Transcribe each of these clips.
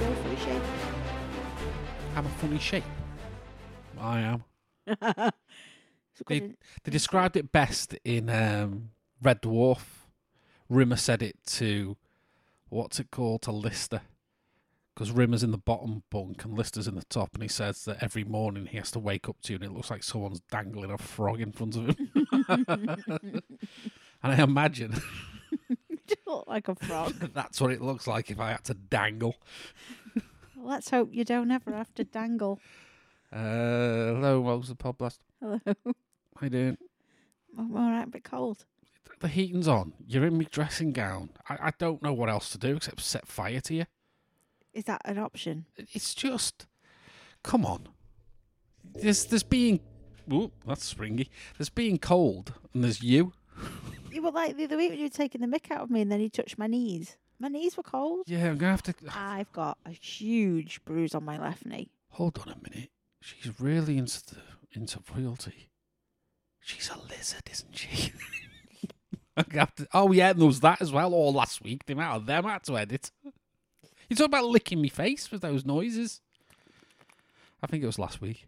You're fully shaped. I'm a funny shape. I am. It's got They- an- They described it best in um, Red Dwarf. Rimmer said it to, what's it called, to Lister. Because Rimmer's in the bottom bunk and Lister's in the top, and he says that every morning he has to wake up to you and it looks like someone's dangling a frog in front of him. and I imagine You look like a frog. that's what it looks like if I had to dangle. Let's hope you don't ever have to dangle. Uh, hello, welcome to the podcast. Hello. How you doing? Oh, I'm all right, a bit cold. the heating's on. You're in my dressing gown. I, I don't know what else to do except set fire to you. Is that an option? It's just, come on. There's there's being, ooh, that's springy. There's being cold, and there's you. You were like the other week when you were taking the mick out of me and then you touched my knees. My knees were cold. Yeah, I'm gonna have to. I've got a huge bruise on my left knee. Hold on a minute. She's really into the, into royalty. She's a lizard, isn't she? I'm gonna have to- oh yeah, and there was that as well. All last week, the amount of them I had to edit. You talk about licking me face with those noises. I think it was last week.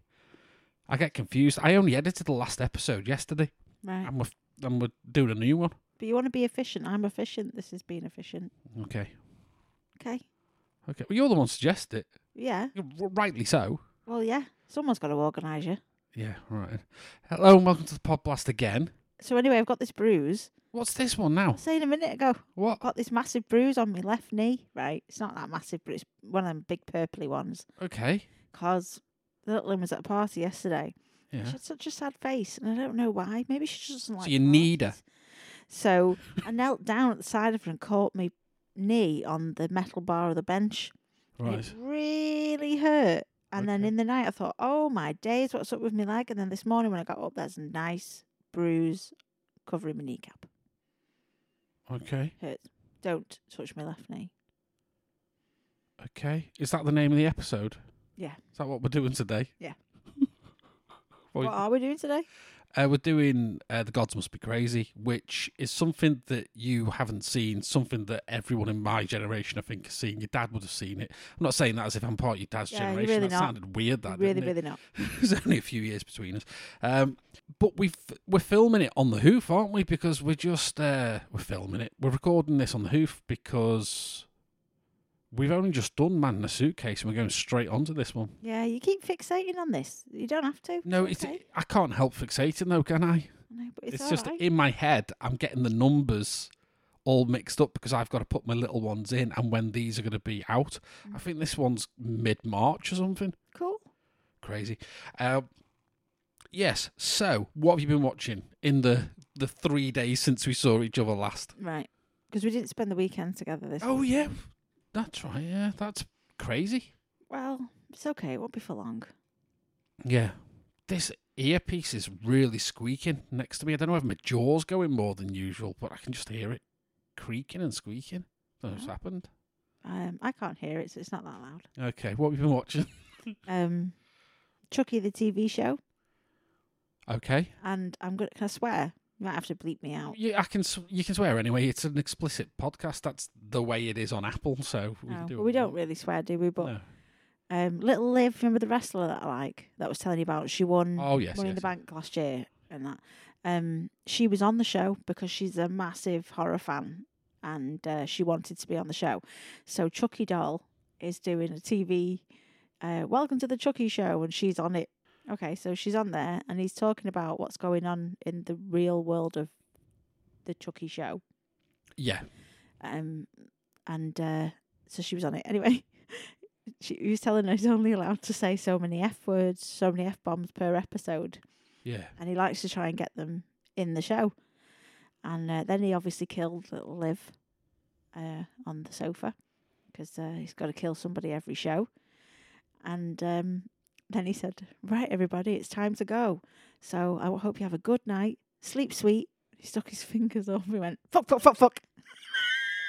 I get confused. I only edited the last episode yesterday, Right. and we're and we're doing a new one. But you want to be efficient. I'm efficient. This is being efficient. Okay, Okay. okay. Well, you're the one who suggested it, Yeah. rightly so. Well, yeah. Someone's got to organise you. Yeah, right. Hello and welcome to the Pod Blast again. So anyway, I've got this bruise. What's this one now? Saying a minute ago, What? I've got this massive bruise on my left knee. Right. It's not that massive, but it's one of them big purpley ones. Okay. Cause the little one was at a party yesterday. Yeah. She had such a sad face, and I don't know why. Maybe she just doesn't like. you need her. parties. So I knelt down at the side of her and caught my knee on the metal bar of the bench. and Right. It really hurt. And then Okay. in the night, I thought, "Oh my days, what's up with me leg?" And then this morning, when I got up, there's a nice bruise covering my kneecap. Okay. Hurts. Don't touch my left knee. Okay. Is that the name of the episode? Yeah. Is that what we're doing today? Yeah. Well, What are we doing today? uh, we're doing uh, The Gods Must Be Crazy, which is something that you haven't seen, something that everyone in my generation, I think, has seen. Your dad would have seen it. I'm not saying that as if I'm part of your dad's Yeah, you're generation. really that not. sounded weird, that really, didn't it? really not. There's only a few years between us, um, but we've we're filming it on the hoof, aren't we? Because we're just uh, we're filming it. We're recording this on the hoof because we've only just done Man in a Suitcase, and we're going straight onto this one. Yeah, you keep fixating on this. You don't have to. No, it's it's, okay. I can't help fixating though, can I? No, but it's, just alright. in my head. I'm getting the numbers all mixed up because I've got to put my little ones in and when these are going to be out. I Mm. think this one's mid March or something. cool. crazy. Um, yes. So, what have you been watching in the the three days since we saw each other last? Right. Because we didn't spend the weekend together this Oh yeah, that's right. Yeah, that's crazy. Well, it's okay. It won't be for long. Yeah, this earpiece is really squeaking next to me. I don't know if my jaw's going more than usual, but I can just hear it creaking and squeaking. Don't know what's Oh. happened. Um, I can't hear it, so it's not that loud. Okay, what have you been watching? Um, Chucky the TV show, Okay, and I'm gonna. Can I swear? You might have to bleep me out. you, Oh. I can s- you can swear anyway. It's an explicit podcast. That's the way it is on Apple. So we, No, can do but what we don't want. really swear, do we? But Oh. No. um, little Liv, remember the wrestler that I like that I was telling you about? She won Oh yes, Mm, Money in yes, the Bank last year, and that. Um, she was on the show because she's a massive horror fan, and uh, she wanted to be on the show. So Chucky doll is doing a TV. Uh, Welcome to the Chucky show, and she's on it. Okay, so she's on there, and he's talking about what's going on in the real world of the Chucky show. Yeah. Um, and uh, so she was on it anyway. She he was telling her he's only allowed to say so many f words, so many f bombs per episode, Yeah. and he likes to try and get them in the show. And uh, then he obviously killed little Liv uh, on the sofa because uh, he's got to kill somebody every show. And um, then he said, "Right, everybody, it's time to go. So I hope you have a good night, sleep sweet." He stuck his fingers up. He went, "Fuck, fuck, fuck, fuck."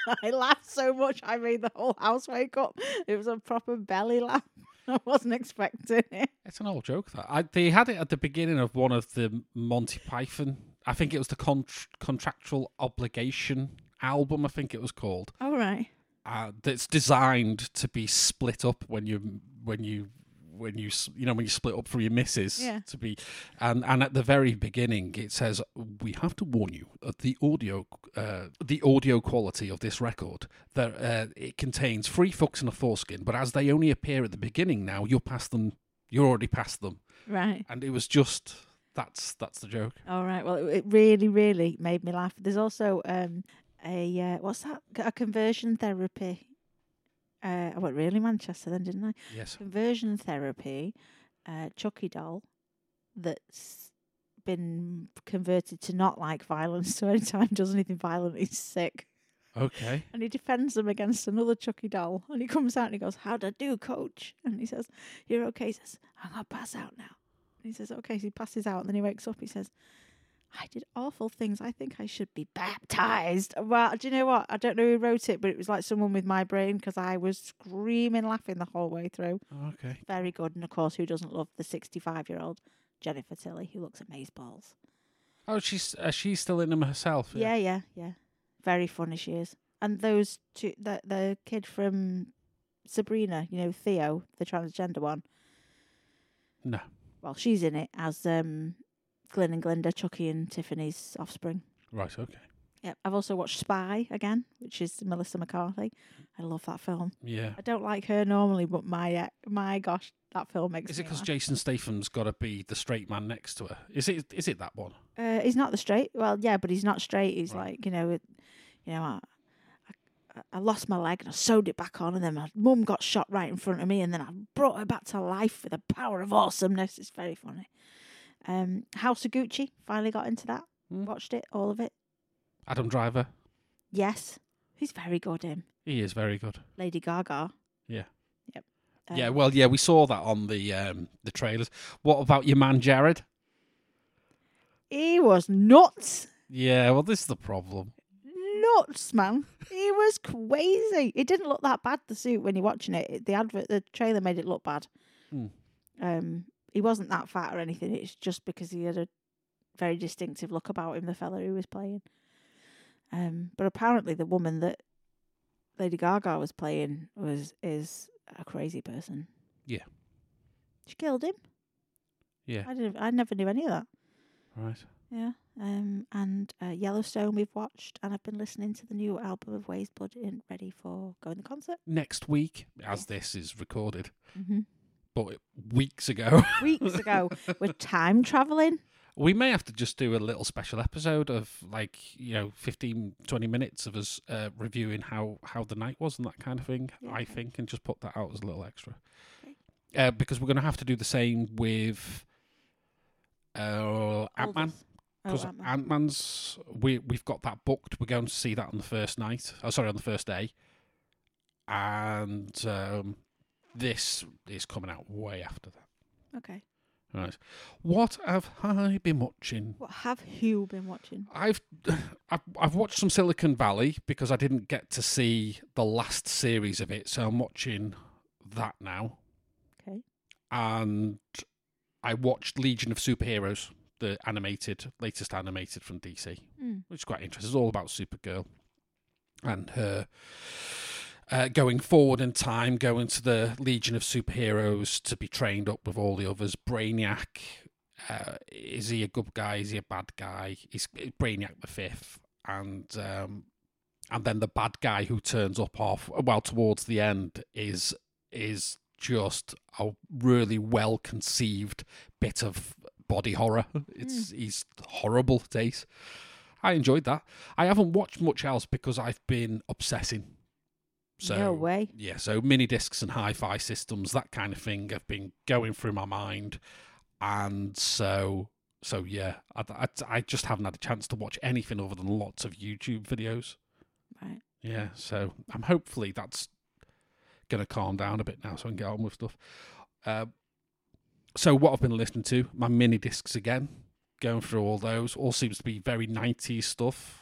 I laughed so much I made the whole house wake up. It was a proper belly laugh. I wasn't expecting it. It's an old joke that I, they had it at the beginning of one of the Monty Python. I think it was the contr contractual obligation album. I think it was called. All right. Uh, that's designed to be split up when you when you when you s- you know when you split up from your missus Yeah. to be and and at the very beginning it says we have to warn you of the audio uh, the audio quality of this record that uh, it contains three fucks and a foreskin but as they only appear at the beginning now you're past them you're already past them Right. and it was just that's that's the joke. All right. Well, it, it really, really made me laugh. There's also um, a uh, what's that? A conversion therapy. Uh, I went really Manchester then, didn't I? Yes. Conversion therapy, uh, Chucky doll that's been converted to not like violence. So anytime he does anything violent, he's sick. Okay. and he defends them against another Chucky doll. And he comes out and he goes, How'd I do, coach? And he says, You're okay. He says, I'm going to pass out now. And he says, Okay. So he passes out and then he wakes up. He says, I did awful things. I think I should be baptized. Well, do you know what? I don't know who wrote it, but it was like someone with my brain because I was screaming, laughing the whole way through. Okay. Very good. And of course, who doesn't love the 65 year old Jennifer Tilly who looks at maze balls? Oh, she's uh, she's still in them herself. Yeah, yeah, yeah. Very funny she is. And those two, the the kid from Sabrina, you know Theo, the transgender one. No. Well, she's in it as um, Glenn and Glinda, Chucky and Tiffany's offspring. Right. Okay. Yep. I've also watched Spy again, which is Melissa McCarthy. I love that film. Yeah. I don't like her normally, but my uh, my gosh, that film makes. Is it me because laugh. Jason Statham's got to be the straight man next to her? Is it? Is it that one? Uh, he's not the straight. Well, yeah, but he's not straight. He's Right. like you know, it, you know, I, I, I lost my leg and I sewed it back on, and then my mum got shot right in front of me, and then I brought her back to life with the power of awesomeness. It's very funny. Um, House of Gucci finally got into that. Hmm. Watched it, all of it. Adam Driver. Yes, he's very good. Him, He is very good. Lady Gaga. Yeah. Yep. yeah. Um, Well, yeah. We saw that on the um the trailers. What about your man Jared? He was nuts. Yeah. Well, this is the problem. nuts, man. He was crazy. It didn't look that bad the suit when you're watching it. it. The advert, the trailer made it look bad. Hmm. Um, he wasn't that fat or anything. It's just because he had a very distinctive look about him, the fella who was playing. Um, but apparently the woman that Lady Gaga was playing was is a crazy person. Yeah. She killed him. Yeah. I didn't. I never knew any of that. Right. Yeah. Um, and uh, Yellowstone we've watched, and I've been listening to the new album of Ways Blood in ready for going to concert. Next week, as this is recorded, Mm-hmm. but weeks ago, Weeks ago, we're time traveling. we may have to just do a little special episode of like you know 15 20 minutes of us uh, reviewing how how the night was and that kind of thing Yeah, i okay. think and just put that out as a little extra Okay. uh, because we're going to have to do the same with uh, ant-man oh, because ant-man's we, we've got that booked we're going to see that on the first night oh sorry on the first day and um, this is coming out way after that okay. Right. What have I been watching? What have you been watching? I've, I've I've watched some Silicon Valley because I didn't get to see the last series of it, so I'm watching that now. Okay. And I watched Legion of Superheroes, the animated latest animated from DC, Mm. which is quite interesting. It's all about Supergirl and her uh, going forward in time, going to the Legion of Superheroes to be trained up with all the others. Brainiac, uh, is he a good guy? Is he a bad guy? Is Brainiac the fifth? And um, and then the bad guy who turns up off well towards the end is is just a really well conceived bit of body horror. It's he's horrible, Dace. I enjoyed that. I haven't watched much else because I've been obsessing. So no way. yeah, so mini discs and hi-fi systems, that kind of thing, have been going through my mind, and so so yeah, I, I, I just haven't had a chance to watch anything other than lots of YouTube videos. Right. Yeah, so I'm hopefully that's gonna calm down a bit now, so I can get on with stuff. Uh, so what I've been listening to, my mini discs again, going through all those, all seems to be very '90s stuff,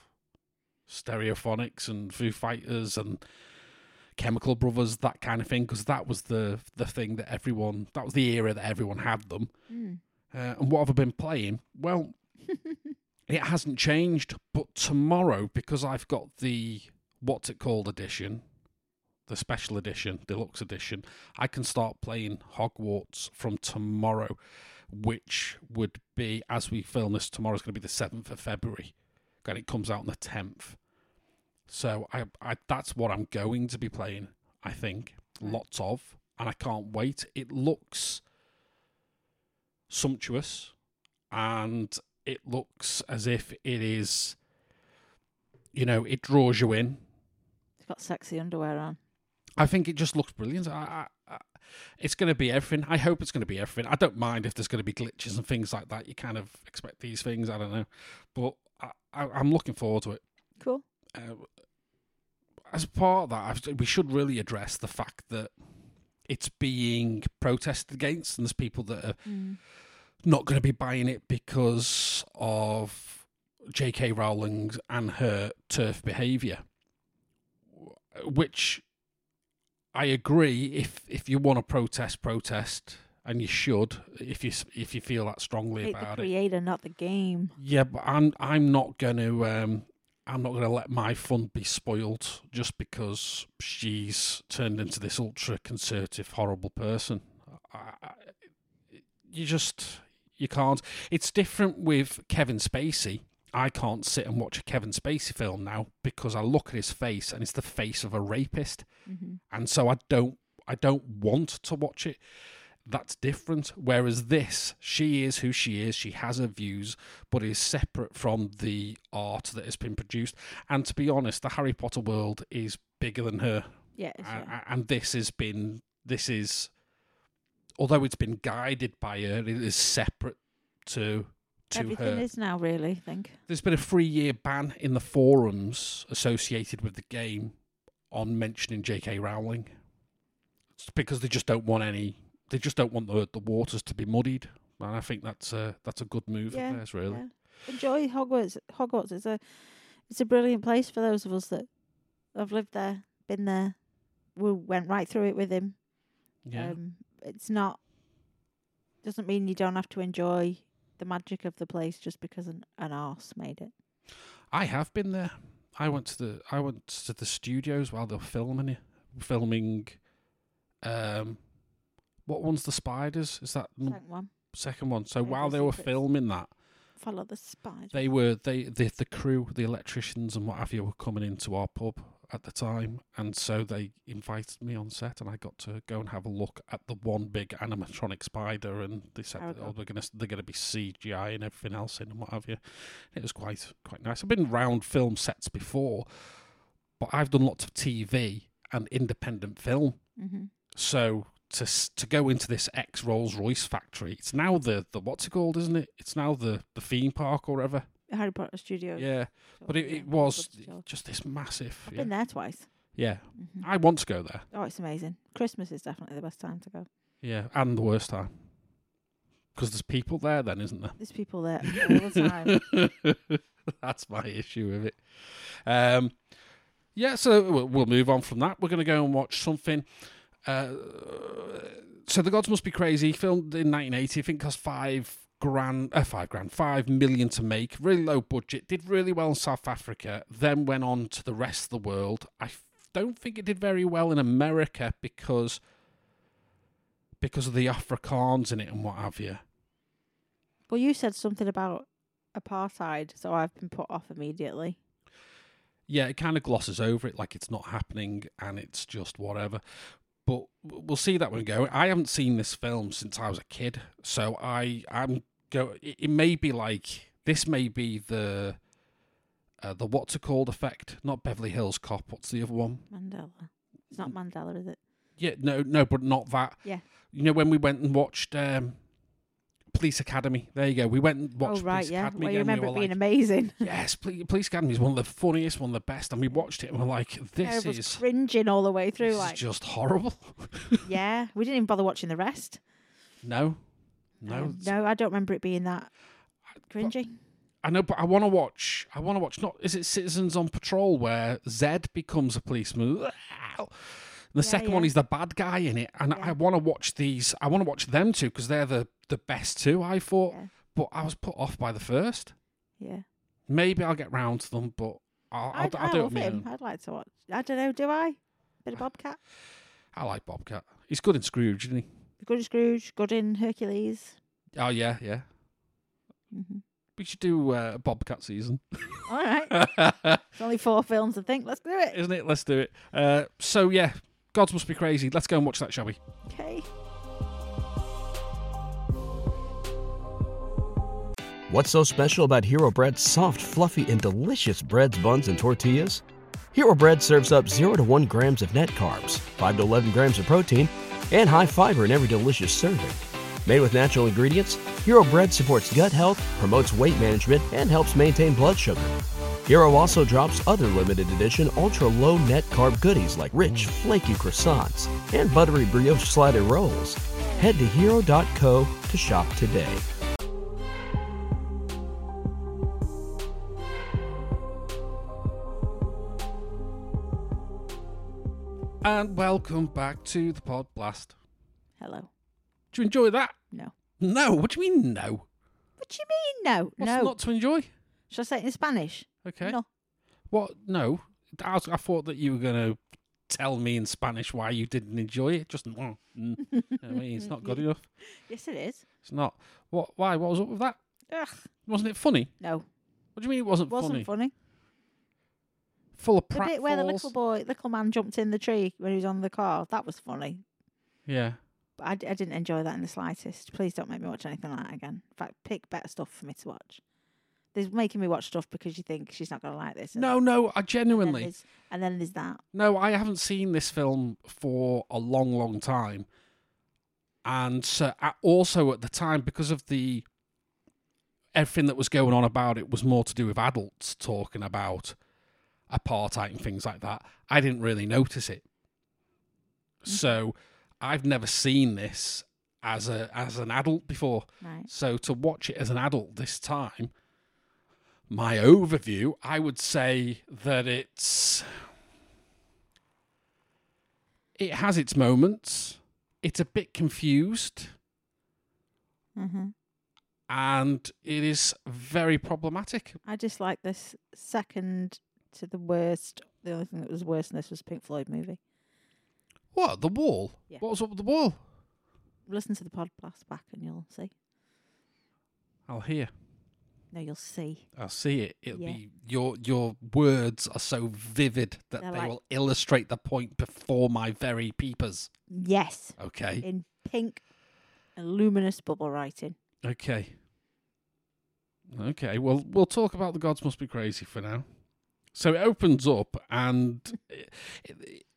Stereophonics and Foo Fighters and Chemical Brothers, that kind of thing, because that was the the thing that everyone, that was the era that everyone had them. Mm. Uh, and what have I been playing? Well, it hasn't changed, but tomorrow, because I've got the what's it called edition, the special edition, deluxe edition, I can start playing Hogwarts from tomorrow, which would be, as we film this, tomorrow's going to be the 7th of February, and it comes out on the 10th. So I, I that's what I'm going to be playing, I think. Lots of, and I can't wait. It looks sumptuous and it looks as if it is you know it draws you in It's got sexy underwear on. i think it just looks brilliant I, I, I, it's going to be everything i hope it's going to be everything i don't mind if there's going to be glitches and things like that you kind of expect these things i don't know but I, I, i'm looking forward to it Cool. uh, as part of that, I've, we should really address the fact that it's being protested against, and there's people that are Hmm. not going to be buying it because of J.K. Rowling and her turf behaviour, which I agree. If if you want to protest, protest, and you should if you s- if you feel that strongly Hate the about it. creator, not the game. Yeah, but I'm I'm not gonna um I'm not gonna let my fun be spoiled just because she's turned into this ultra conservative horrible person. I, I, you just you can't. It's different with Kevin Spacey. I can't sit and watch a Kevin Spacey film now because I look at his face and it's the face of a rapist hmm and so I don't I don't want to watch it. That's different. Whereas this, she is who she is. She has her views, but is separate from the art that has been produced. And to be honest, the Harry Potter world is bigger than her, Yeah, it's, A- yeah. a- and this has been this is, although it's been guided by her, it is separate to to everything her is now really. I think. there's been a three year ban in the forums associated with the game on mentioning J.K. Rowling it's because they just don't want any. They just don't want the the waters to be muddied, and I think that's a that's a good move Yeah, of theirs, really. yeah. Enjoy Hogwarts. Hogwarts is a it's a brilliant place for those of us that have lived there, been there. We went right through it with him. Yeah, Um, it's not doesn't mean you don't have to enjoy the magic of the place just because an, an arse made it. I have been there. I went to the I went to the studios while they were filming it, filming. Um, what one's the spiders? Is that the Second one. second one? So Chamber of while they were Secrets. filming that, Follow the spider. they were they the, the crew the electricians and what have you were coming into our pub at the time and so they invited me on set and i got to go and have a look at the one big animatronic spider and they said that, Paragon. oh, we're gonna they're gonna be cgi and everything else in and what have you it was quite quite nice i've been round film sets before but i've done lots of tv and independent film mm-hmm. so to s- to go into this ex Rolls Royce factory, it's now the the what's it called, isn't it? It's now the the theme park or whatever. Harry Potter Studios. Yeah, So, but it, yeah, it was Hogwarts Studios. just this massive. I've Yeah. been there twice. yeah, hmm I want to go there. Oh, it's amazing. Christmas is definitely the best time to go. Yeah, and the worst time because there's people there. Then isn't there? There's people there all the time. That's my issue with it. Um, yeah, so we'll- we'll move on from that. We're going to go and watch something. Uh, so the gods must be crazy. Filmed in 1980, I think cost five grand, uh, five grand, five million to make. Really low budget. Did really well in South Africa. Then went on to the rest of the world. I f- don't think it did very well in America because because of the Afrikaans in it and what have you. Well, you said something about apartheid, so I've been put off immediately. yeah, it kind of glosses over it like it's not happening and it's just whatever. But w- we'll see that one go. I haven't seen this film since I was a kid, so I I'm go. It, it may be like this may be the Uh, the what's it called effect? Not Beverly Hills Cop. What's the other one? Mandela. It's not Mandela, is it? Yeah, no, no, but not that. Yeah. You know when we went and watched um, Police Academy. There you go. We went and watched oh right, Police yeah. Academy. well, you again. We remember were it being like, amazing. Yes, Police, Police Academy is one of the funniest, one of the best, and we watched it and we're like, this Everyone's is cringing all the way through. this Like, is just horrible. yeah, we didn't even bother watching the rest. no, no, Um, no, I don't remember it being that cringy. I know, but I want to watch. I want to watch. Not is it Citizens on Patrol where Zed becomes a policeman? The second one yeah. is the bad guy in it, and I want to watch these. I want to watch them two because they're the the best two. I thought, Yeah. but I was put off by the first. Yeah, Maybe I'll get round to them, but I'll, I'll, I'd- do- I I'll do it. love on my him. own. I'd like to watch. I don't know. Do I? Bit of Bobcat. I like Bobcat. He's good in Scrooge, isn't he? Good in Scrooge. Good in Hercules. Oh yeah, yeah. hmm We should do uh, Bobcat season, All right. It's only four films, I think. Let's do it. isn't it? Let's do it. Uh, so yeah, Gods must be crazy. Let's go and watch that, shall we? Okay. What's so special about Hero Bread's soft, fluffy, and delicious breads, buns, and tortillas? Hero Bread serves up 0 to 1 grams of net carbs, 5 to 11 grams of protein, and high fiber in every delicious serving. Made with natural ingredients, Hero Bread supports gut health, promotes weight management, and helps maintain blood sugar. Hero also drops other limited edition ultra low net carb goodies like rich, flaky croissants and buttery brioche slider rolls. Head to hero.co to shop today. And welcome back to the Pod Blast. Hello. Do you enjoy that? No. No. What do you mean no? What do you mean? No. What's no. not to enjoy? Should I say it in Spanish? Okay. No. What? No. I, was, I thought that you were going to tell me in Spanish why you didn't enjoy it. Just no. Mm. You know what I mean, it's not good enough. Yes, it is. It's not. What? Why? What was up with that? Ugh. Wasn't it funny? No. What do you mean it wasn't, funny? Wasn't funny. Full of The bit where the pratfalls? little boy, little man jumped in the tree when he was on the car. That was funny. Yeah. But I, d- I didn't enjoy that in the slightest. Please don't make me watch anything like that again. In fact, pick better stuff for me to watch. They're making me watch stuff because you think she's not going to like this. and No, no. I then genuinely. there's- And then there's that. No, I haven't seen this film for a long, long time. And so, a- also at the time, because of the everything that was going on about it was more to do with adults talking about apartheid and things like that. I didn't really notice it. So, I've never seen this as a as an adult before. Right. So to watch it as an adult this time, my overview, I would say that it's it has its moments. It's a bit confused hmm and it is very problematic. I dislike this second to the worst. The only thing that was worse than this was Pink Floyd movie. What, the wall? Yeah. What was up with the wall? Listen to the podcast back and you'll see. I'll hear. No, you'll see. I'll see it. It'll Yeah. be your your words are so vivid that They're they like- will illustrate the point before my very peepers. Yes, Okay. in pink and luminous bubble writing. Okay. Okay. Well, we'll talk about the gods must be crazy for now. So it opens up, and it,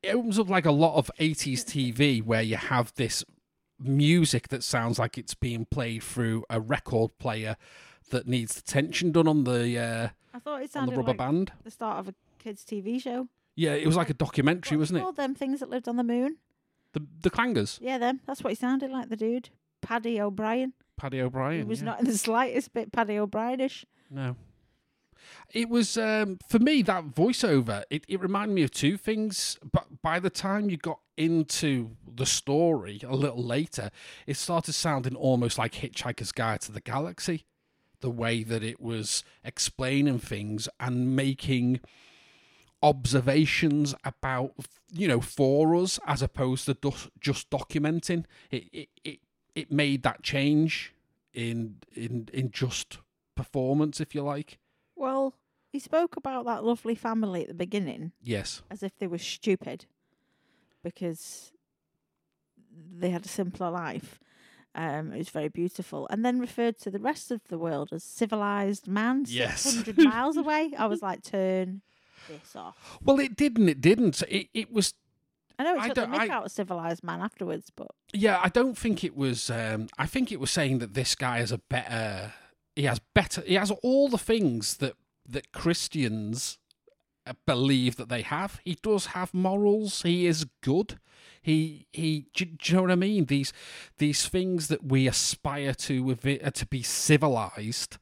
it opens up like a lot of '80s TV, where you have this music that sounds like it's being played through a record player that needs the tension done on the uh, I thought it on the sounded rubber like band. the start of a kids' TV show. Yeah, it was like a documentary, What's wasn't it? called them things that lived on the moon. The the clangers, Yeah, them. That's what he sounded like. The dude, Paddy O'Brien. Paddy He O'Brien. was yeah. not in the slightest bit Paddy O'Brienish. No. It was um, for me that voiceover. It, it reminded me of two things, but by the time you got into the story a little later, it started sounding almost like Hitchhiker's Guide to the Galaxy, the way that it was explaining things and making observations about you know for us as opposed to dus- just documenting. It it it, it made that change in in in just performance, if you like. Well, he spoke about that lovely family at the beginning. Yes. as if they were stupid because they had a simpler life. Um, it was very beautiful, and then referred to the rest of the world as civilized man, Yes. six hundred miles away. I was like, turn this off. Well, it didn't. It didn't. It, it was I know it I took the don't- mick I- out of civilized man afterwards, but Yeah, I don't think it was. Um, I think it was saying that this guy is a better. He has better. He has all the things that that Christians uh, believe that they have. He does have morals. He is good. He he. Do, do you know what I mean? These these things that we aspire to with it, uh, to be civilized,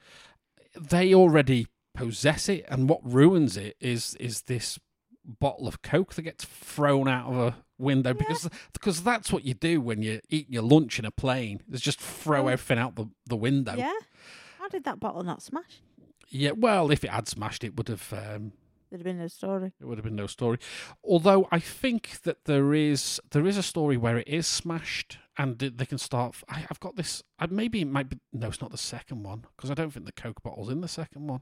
they already possess it. And what ruins it is is this bottle of coke that gets thrown out of a window because because that's what you do when you're eating your lunch in a plane is just throw Oh. everything out the, the window yeah. How did that bottle not smash? Yeah, well if it had smashed it would have um, There'd have been no story. it would have been no story although i think that there is there is a story where it is smashed and th- they can start I, i've got this I, maybe it might be no it's not the second one because i don't think the coke bottle's in the second one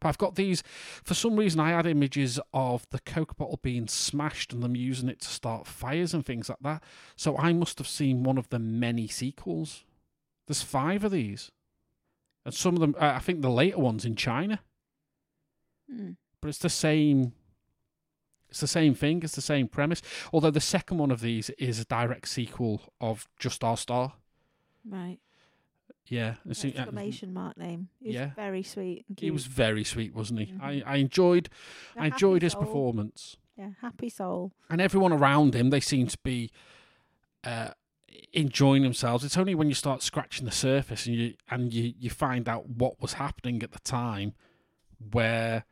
but i've got these for some reason i had images of the coke bottle being smashed and them using it to start fires and things like that so i must have seen one of the many sequels there's five of these and some of them i I think the later ones in china Hmm. but it's the same it's the same thing it's the same premise although the second one of these is a direct sequel of just our star Right. yeah it's- Exclamation mark name. He was yeah. very sweet. And cute. he was very sweet wasn't he Mhm. I, I enjoyed A i happy enjoyed his soul. performance Yeah, happy soul. and everyone around him they seem to be uh enjoying themselves it's only when you start scratching the surface and you and you you find out what was happening at the time where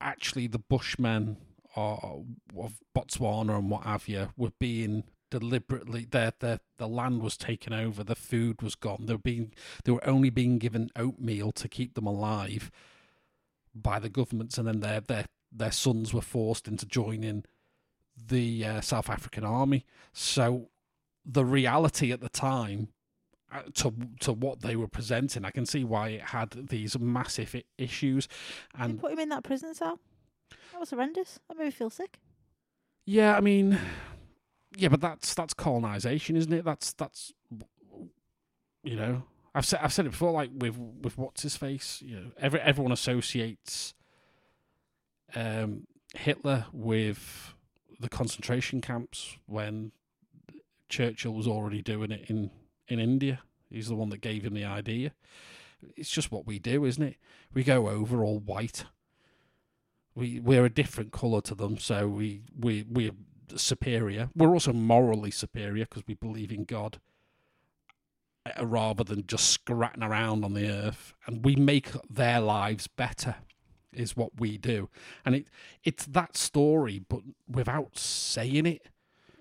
actually the bushmen or of botswana and what have you were being deliberately their their the land was taken over the food was gone they were being they were only being given oatmeal to keep them alive by the governments and then their their their sons were forced into joining the uh, South African army. So the reality at the time uh, to to what they were presenting, I can see why it had these massive I- issues. They And put him in that prison cell. That was horrendous. That made me feel sick. yeah, I mean, yeah, but that's that's colonization, isn't it? That's that's you know, I've said I've said it before, like with with what's his face, you know, every everyone associates um, Hitler with the concentration camps when Churchill was already doing it in in India. He's the one that gave him the idea. It's just what we do, isn't it? We go over all white. We we're a different color to them, so we we we're superior. We're also morally superior because we believe in God, uh, rather than just scratting around on the earth. And we make their lives better, is what we do. And it it's that story, but without saying it.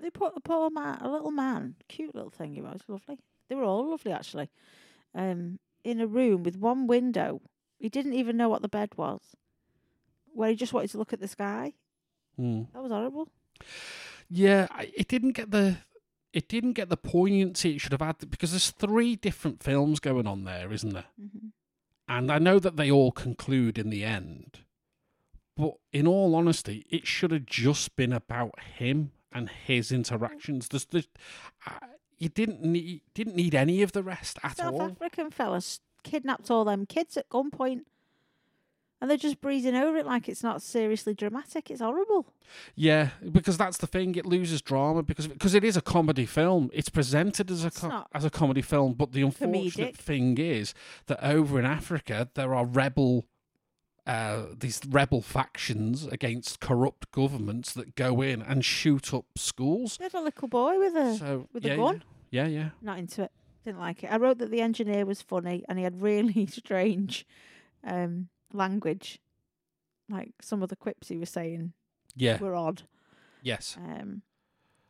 They put a poor man, a little man, cute little thing he was, lovely. They were all lovely actually. Um, in a room with one window. He didn't even know what the bed was. Where he just wanted to look at the sky. Hmm. That was horrible. Yeah, I- it didn't get the it didn't get the poignancy it should have had because there's three different films going on there, isn't there? Mm-hmm. And I know that they all conclude in the end, but in all honesty, it should have just been about him and his interactions. There's, there's, I you didn't need didn't need any of the rest at South all. African fellas kidnapped all them kids at gunpoint. And they're just breezing over it like it's not seriously dramatic. It's horrible. Yeah, because that's the thing; it loses drama because because it is a comedy film. It's presented as a It's co- not as a comedy film, but the unfortunate comedic. thing is that over in Africa there are rebel. Uh, these rebel factions against corrupt governments that go in and shoot up schools. They had a little boy with a So with a yeah, gun? Yeah, yeah. not into it. Didn't like it. I wrote that the engineer was funny and he had really strange um language. Like some of the quips he was saying Yeah. were odd. yes. Um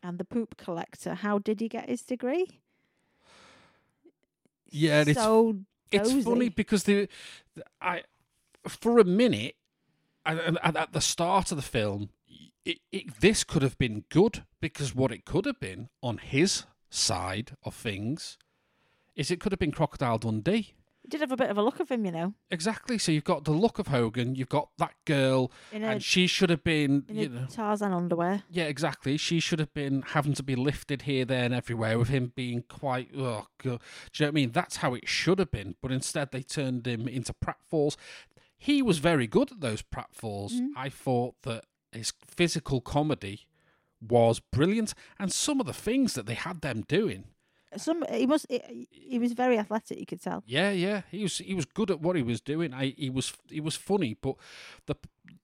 and the poop collector, how did he get his degree? Yeah, and it's so It's funny dozy. because the, the- I for a minute and, and, and at the start of the film, it, it, this could have been good because what it could have been on his side of things is it could have been Crocodile Dundee We did have a bit of a look of him, you know, Exactly. So you've got the look of Hogan, you've got that girl, in a, and she should have been, in you a know. Tarzan underwear. Yeah, exactly. She should have been having to be lifted here, there, and everywhere, with him being quite. Oh, God. Do you know what I mean? That's how it should have been. But instead, they turned him into pratfalls. He was very good at those pratfalls. I thought that his physical comedy was brilliant, and some of the things that they had them doing. Some he must he, he was very athletic, you could tell. Yeah, yeah, he was he was good at what he was doing. I he was he was funny, but the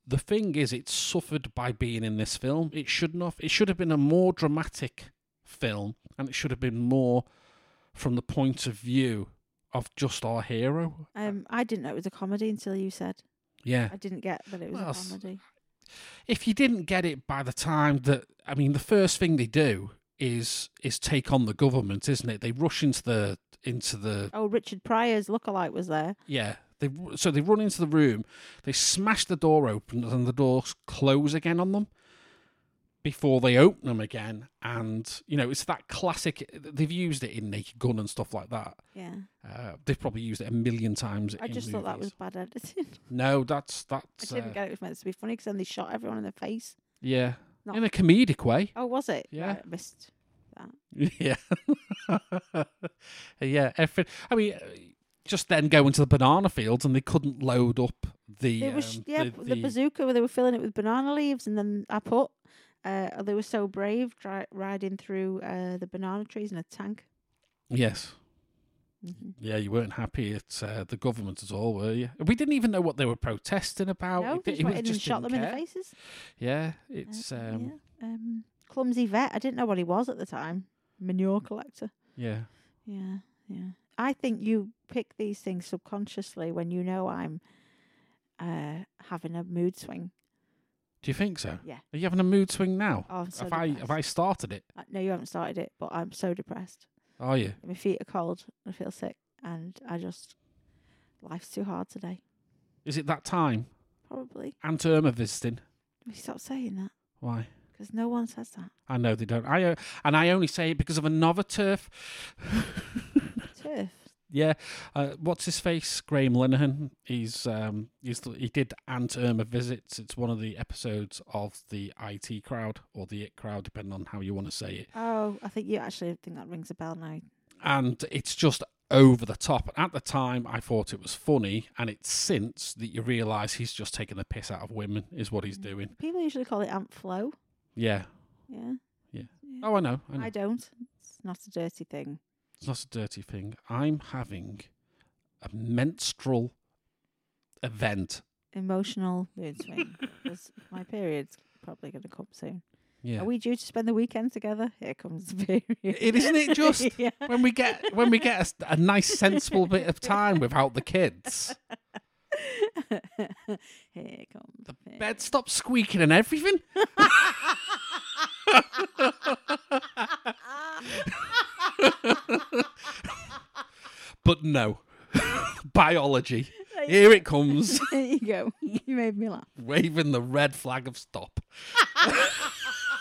the thing is, it suffered by being in this film. It should not. It should have been a more dramatic film, and it should have been more from the point of view of just our hero. Um, I didn't know it was a comedy until you said. Yeah, I didn't get that it was Well, a s- comedy. if you didn't get it by the time that I mean, the first thing they do is is take on the government, isn't it? They rush into the into the Oh, Richard Pryor's lookalike was there. Yeah. They so they run into the room, they smash the door open, and the doors close again on them before they open them again. And you know, it's that classic. They've used it in Naked Gun and stuff like that. Yeah, Uh, they've probably used it a million times. I in just thought that was movies. bad editing. no. That's I that's uh, didn't get it was meant to be funny because then they shot everyone in the face. yeah, Not- in a comedic way. Oh, was it? Yeah. Right, I missed. Yeah, yeah. Everything. I mean. Just then go into the banana fields and they couldn't load up the They were sh um, yeah, the, bazooka where they were filling it with banana leaves, and then I put. Uh, they were so brave dri- riding through uh, the banana trees in a tank. yes Mhm. Yeah, you weren't happy at uh, the government at all, were you? We didn't even know what they were protesting about. no, It they di- just it went was- in and shot them didn't in the care. faces. Yeah, Uh, it's um, yeah. um, clumsy vet. I didn't know what he was at the time. Manure collector. yeah. Yeah, yeah. I think you pick these things subconsciously when you know I'm uh, having a mood swing. Do you think so? Yeah. Are you having a mood swing now? Oh, I'm so have I depressed. have I started it? Uh, No, you haven't started it, but I'm so depressed. Are you? My feet are cold. I feel sick, and I just life's too hard today. Is it that time? Probably. Aunt Irma visiting? We stop saying that Why? 'cause no one says that. I know they don't. I uh, and I only say it because of another turf. Turf. Yeah. Uh, what's his face? Graham Linehan. He's um he's the- he did Aunt Irma visits. It's one of the episodes of the IT crowd or the IT crowd, depending on how you want to say it. Oh, I think you actually think that rings a bell now. And it's just over the top. At the time, I thought it was funny, and it's since that you realise he's just taking the piss out of women is what he's Mm. doing. People usually call it amp flow. Yeah. Yeah. Yeah. yeah. Oh, I know. I know. I don't. It's not a dirty thing. It's not a dirty thing. I'm having a menstrual event. emotional mood swing 'cause my period's probably going to come soon. Yeah. Are we due to spend the weekend together? Here comes the period. It isn't it just yeah. when we get when we get a s- a, nice sensible bit of time without the kids. Here comes the period. Bed stop squeaking and everything. but no. Biology. Here it comes, There you go. You made me laugh. waving the red flag of stop.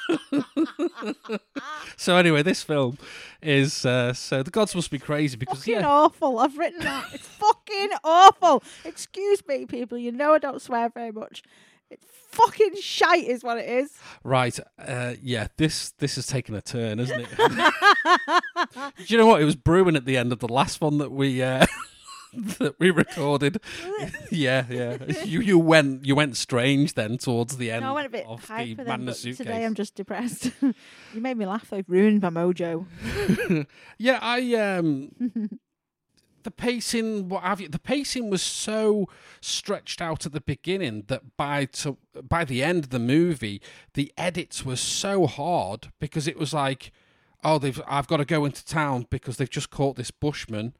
so anyway, this film is uh, so the gods must be crazy because Fucking yeah, awful. I've written that. It's fucking awful. Excuse me, people. You know I don't swear very much. It's fucking shite, is what it is. Right. Uh, yeah, this this has taken a turn, isn't it? Do you know what? It was brewing at the end of the last one that we uh, that we recorded. yeah, yeah. You you went you went strange then towards the end No, I went a bit of the hyper then, man in the but suitcase. today I'm just depressed. you made me laugh. They've ruined my mojo. yeah, I um the pacing what have you the pacing was so stretched out at the beginning that by to by the end of the movie the edits were so hard because it was like oh they've I've got to go into town because they've just caught this bushman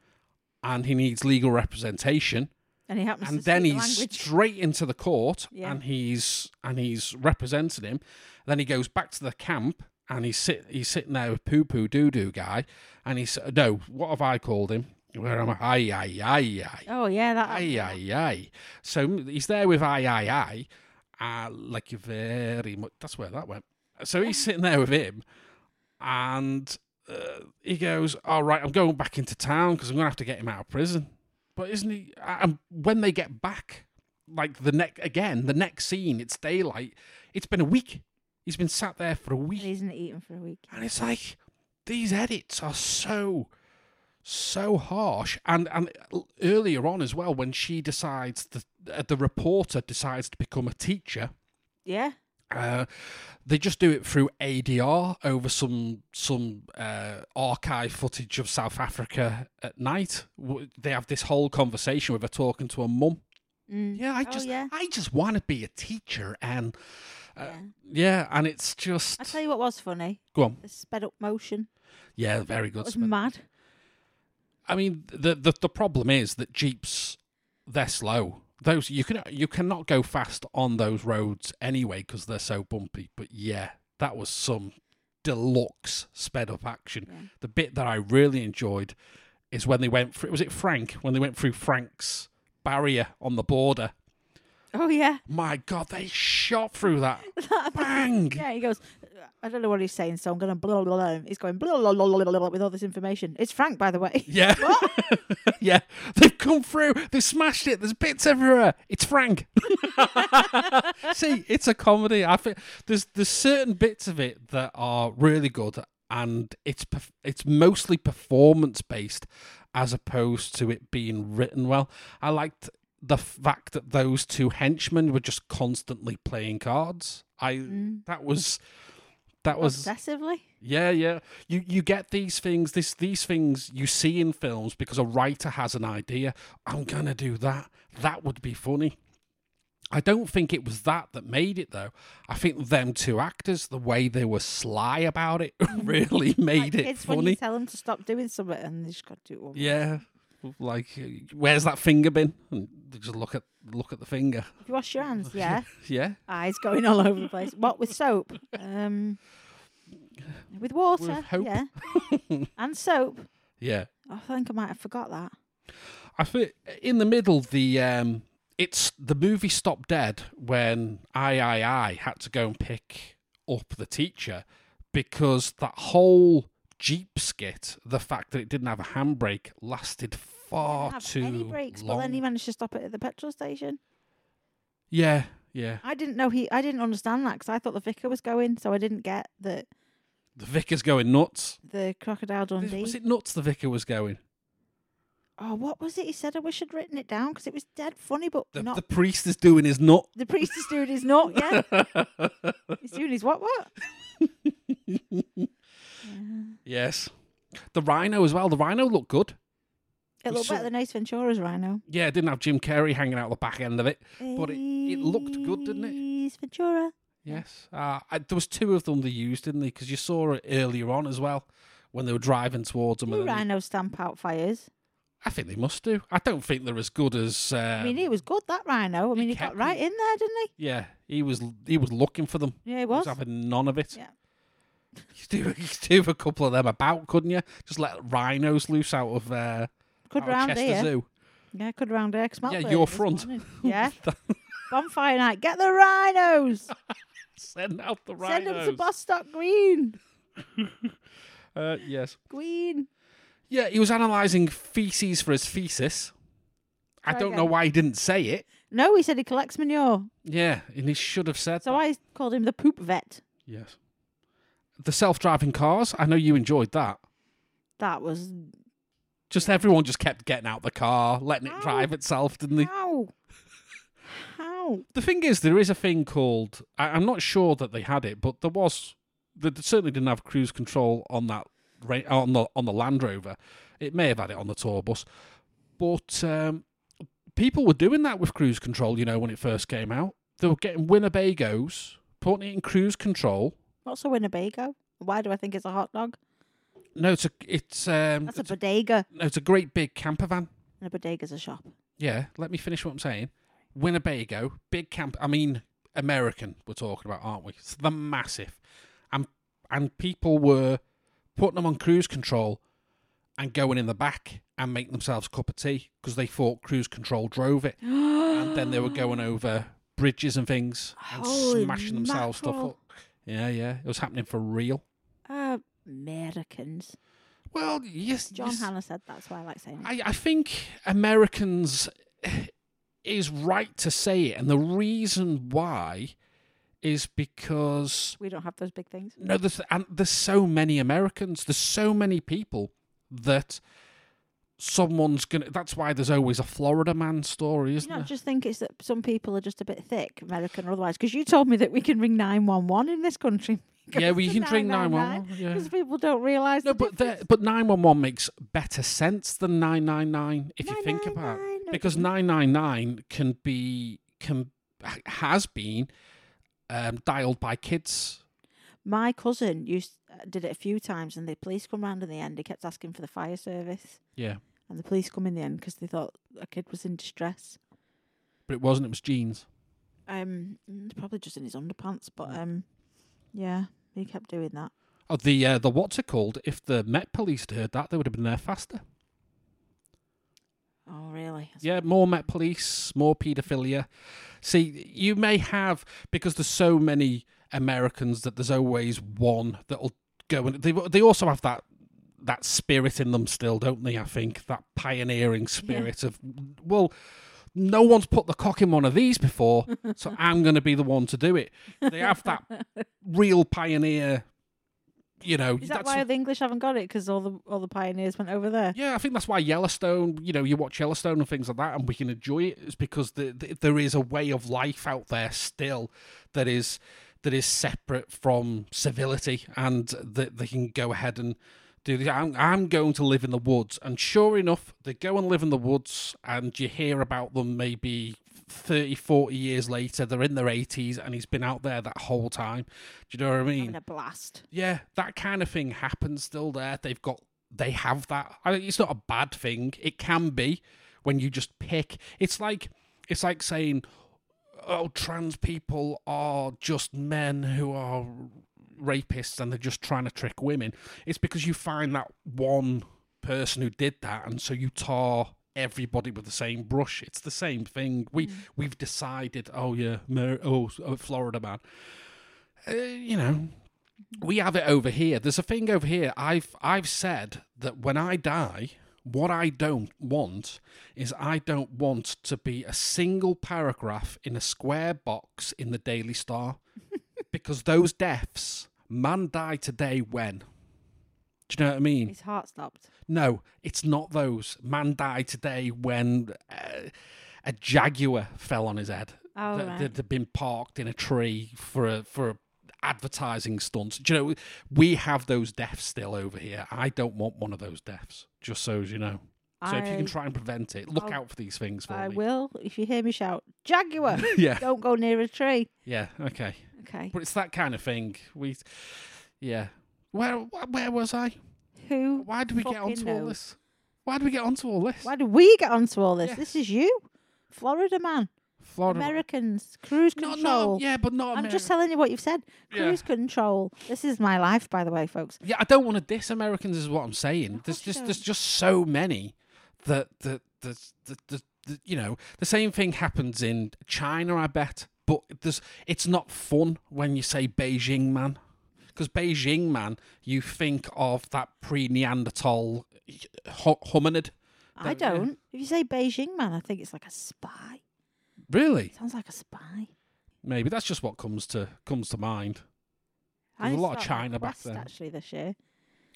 and he needs legal representation And he happens and to then speak the he's language. straight into the court Yeah. and he's and he's representing him then he goes back to the camp and he's sit he's sitting there with poo poo doo doo guy and he's no what have i called him where am i aye aye aye aye Oh yeah, that aye aye aye so he's there with aye aye aye uh, like you very much that's where that went so he's sitting there with him and uh, he goes all right i'm going back into town because i'm going to have to get him out of prison But isn't he? And when they get back, like the neck again, the next scene, it's daylight. It's been a week. He's been sat there for a And week. he isn't eating for a week. And it's like these edits are so so harsh and and earlier on as well when she decides the uh, the reporter decides to become a teacher Yeah. uh, they just do it through ADR over some some uh, archive footage of South Africa at night. W- They have this whole conversation with her talking to her mum. Mm. Yeah, I Oh, just yeah. I just want to be a teacher, and uh, yeah. yeah, and it's just I tell you what was funny. go on. The sped up motion. Yeah, very It good. was Smith. mad. I mean, the, the the problem is that jeeps they're slow. Those you can you cannot go fast on those roads anyway because they're so bumpy. But yeah, that was some deluxe sped up action. Yeah. The bit that I really enjoyed is when they went through. Was it Frank when they went through Frank's barrier on the border? Oh yeah. My God, they shot through that bang. Yeah, he goes. "Uh, I don't know what he's saying, so I'm going to blah blah blah. He's going blah blah blah blah blah blah with all this information. It's Frank, by the way. Yeah. yeah. They've come through. They've smashed it. There's bits everywhere. It's Frank. See, it's a comedy. I think there's there's certain bits of it that are really good and it's perf- it's mostly performance based as opposed to it being written well. I liked the fact that those two henchmen were just constantly playing cards. I Mm. that was that was Obsessively. yeah, yeah. You you get these things, this these things you see in films because a writer has an idea. I'm gonna do that. That would be funny. I don't think it was that that made it though. I think them two actors, the way they were sly about it, really Like made it kids when you funny. tell them to stop doing something and they just got to do it. All Yeah, like where's that finger been? And they just look at look at the finger. If you wash your hands, yeah. Yeah, Eyes going all over the place. What with soap? Um, with water, hope. yeah, and soap. yeah. I think I might have forgot that. I think in the middle the um it's the movie stopped dead when I I I had to go and pick up the teacher because that whole jeep skit, the fact that it didn't have a handbrake lasted far have too any breaks, long. but then he managed to stop it at the petrol station. yeah, yeah. I didn't know he. I didn't understand that because I thought the vicar was going, so I didn't get that The vicar's going nuts. the crocodile Dundee. Was it nuts the vicar was going? Oh, what was it? He said I wish I'd written it down because it was dead funny, but The, not. the The, priest is doing his nut. priest is doing his not. Yeah, he's doing his what? What? yes. The rhino as well. The rhino looked good. It looked so- better than Ace Ventura's rhino. Yeah, it didn't have Jim Carrey hanging out the back end of it. But it- it looked good, didn't it? Ace Ventura. Yes, uh, I, there was two of them they used, didn't they? Because you saw it earlier on as well when they were driving towards them. Do And then- rhino stamp out fires? I think they must do. I don't think they're as good as. Um, I mean, he was good that rhino. I mean, he, kept got right in there, didn't yeah, he was he was looking for them. he? Yeah, he He was was. having none of it. Yeah. You do, you could do a couple of them about, couldn't you? Just let rhinos loose out of, uh, Could out of round Chester here. Zoo. Yeah, could round here. 'cause Matt Yeah, Burton your this front. morning. Yeah. Bonfire night. Get the rhinos. Send out the rhinos. Send them to Bostock Green. Uh, yes. Green. Yeah, he was analysing feces for his thesis. I Try don't again. know why he didn't say it. No, he said he collects manure. Yeah, and he should have said So that. I called him the poop vet. Yes. The self-driving cars. I know you enjoyed that. That was Just everyone just kept getting out the car, letting it Ow. drive itself, didn't they? how. How? The thing is, there is a thing called. I, I'm not sure that they had it, but there was. They d- certainly didn't have cruise control on that ra- on the on the Land Rover. It may have had it on the tour bus, but um, people were doing that with cruise control. You know, when it first came out, they were getting Winnebagos, putting it in cruise control. What's a Winnebago? Why do I think it's a hot dog? No, it's a it's um, That's a it's, bodega. no, it's a great big camper van. And a bodega's a shop. Yeah, let me finish what I'm saying. Winnebago, big camp. I mean, American. We're talking about, aren't we? It's the massive, and and people were putting them on cruise control and going in the back and making themselves a cup of tea because they thought cruise control drove it, and then they were going over bridges and things and Holy smashing themselves stuff mackerel. up. Yeah, yeah, it was happening for real. Americans. Well, yes, John yes, Hannah said that's why I like saying it. I, I think Americans is right to say it, and the reason why is because We don't have those big things. no, there's and there's so many Americans, there's so many people that someone's gonna. That's why there's always a Florida man story, Do isn't you there? not just think it's that some people are just a bit thick, American or otherwise? Because you told me that we can ring 911 in this country. yeah, Because well, you of can drink nine one 911, one. Yeah. Because people don't realise. No, the but difference. the, but nine one one makes better sense than nine nine nine if you think about. it. 999, no, because doesn't. 999 can be can has been um, dialed by kids my cousin used uh, did it a few times, and the police come round in the end. He kept asking for the fire service, yeah and the police come in the end because they thought a kid was in distress. but it wasn't it was jeans Um, mm, probably just in his underpants, but um, yeah, he kept doing that. oh the uh, the what's it called if the met police had heard that they would have been there faster Oh, really? That's- yeah more met police more pedophilia see you may have because there's so many americans that there's always one that'll go and they, they also have that that spirit in them still don't they i think that pioneering spirit of well no one's put the cock in one of these before so i'm going to be the one to do it they have that real pioneer you know Is that that's- why the English haven't got it? Because all the all the pioneers went over there. yeah, I think that's why Yellowstone, you know, you watch Yellowstone and things like that, and we can enjoy it, is because the, the, there is a way of life out there still that is that is separate from civility, and that they can go ahead and do this. I'm, I'm going to live in the woods, and sure enough, they go and live in the woods, and you hear about them maybe 30, 40 years later. They're in their 80s, and he's been out there that whole time. Do you know what I mean? Having a blast. Yeah, that kind of thing happens still there. They've got they have that. I mean, it's not a bad thing. It can be when you just pick. It's like it's like saying oh trans people are just men who are rapists and they're just trying to trick women. It's because you find that one person who did that and so you tar everybody with the same brush. It's the same thing. We we've decided oh yeah, Mer- oh s- oh, Florida man. Uh, you know, we have it over here. There's a thing over here. I've I've said that when I die, what I don't want is I don't want to be a single paragraph in a square box in the Daily Star because those deaths, man died today when. Do you know what I mean? His heart stopped. No, it's not those. Man died today when uh, a jaguar fell on his head. Oh, that, right. that had been parked in a tree for a, for a advertising stunts. Do you know we have those deaths still over here? I don't want one of those deaths. Just so as you know. So if you I- can try and prevent it, look I'll- out for these things for I me. will. If you hear me shout, Jaguar, Yeah, don't go near a tree. yeah, okay. Okay. But it's that kind of thing. We, yeah. Where where was I? Who? Why do we get Fucking onto all knows? this? Why do we get onto all this? Why do we get onto all this? Yeah. This is you, Florida man, Florida. Americans, cruise No, control. no, yeah, but not. I'm just Ameri- telling you what you've said. Yeah. Cruise control. This is my life, by the way, folks. Yeah, I don't want to diss Americans, is what I'm saying. There's course you just there's just so many that that that that, that, that you know the same thing happens in China, I bet. But there's it's not fun when you say Beijing man, because Beijing man, you think of that pre-Neanderthal ho- hominid. I Don't- yeah. don't. If you say Beijing man, I think it's like a spy. Really? Sounds like a spy. Maybe that's just what comes to comes to mind. I There's need a to lot of start my China back quest, then. Actually, this year,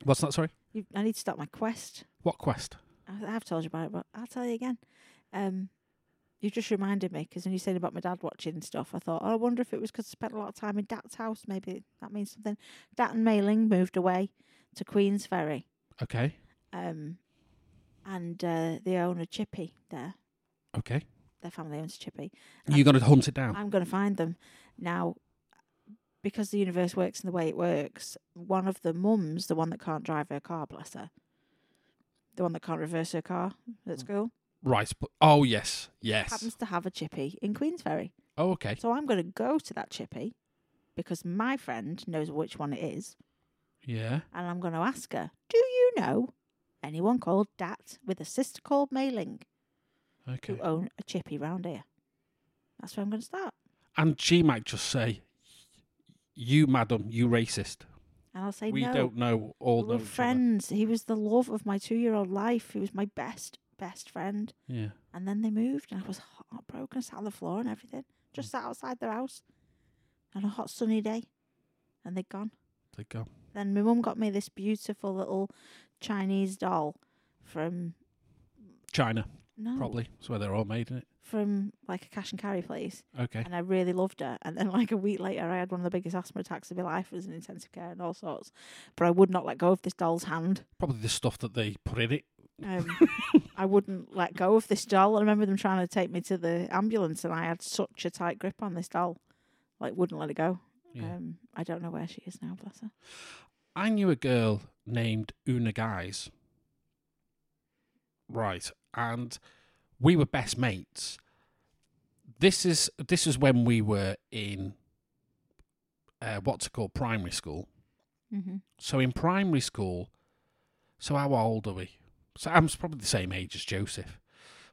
What's that? Sorry, you, I need to start my quest. what quest? I, I've told you about it, but I'll tell you again. Um, you just reminded me because when you said about my dad watching stuff, I thought, oh, I wonder if it was 'cause I spent a lot of time in Dat's house. Maybe that means something. Dat and Mei Ling moved away to Queens Ferry. Okay, um, and uh, they own a chippy there. okay. Their family owns a chippy. You're gonna hunt it down. I'm going to find them now because the universe works in the way it works. One of the mums, the one that can't drive her car, bless her, the one that can't reverse her car at school, Right. But, oh yes, Mm. yes. happens to have a chippy in Queensferry. Oh okay. So I'm going to go to that chippy because my friend knows which one it is, Yeah. and I'm going to ask her, "Do you know anyone called Dat with a sister called Mailing?" Okay. who own a chippy round here. That's where I'm going to start. And she might just say, "You, madam, you racist." And I'll say, we no, don't know we're all know each other. friends. He was the love of my two-year-old life. He was my best, best friend. Yeah. And then they moved, and I was heartbroken. I sat on the floor and everything, Mm. just sat outside their house on a hot sunny day, and they'd gone. They go. Then my mum got me this beautiful little Chinese doll from China, no probably. That's where they're all made, isn't it? from like a cash and carry place, Okay. and I really loved her. And then like a week later, I had one of the biggest asthma attacks of my life. I was in intensive care and all sorts, but I would not let go of this doll's hand. Probably the stuff that they put in it. Um, I wouldn't let go of this doll. I remember them trying to take me to the ambulance, and I had such a tight grip on this doll, like wouldn't let it go. Yeah. Um, I don't know where she is now, bless her. I knew a girl named Una Guys. Right. And we were best mates. This is this is when we were in uh, what's it called primary school. Mm-hmm. So in primary school, so how old are we? So I'm s- probably the same age as Joseph,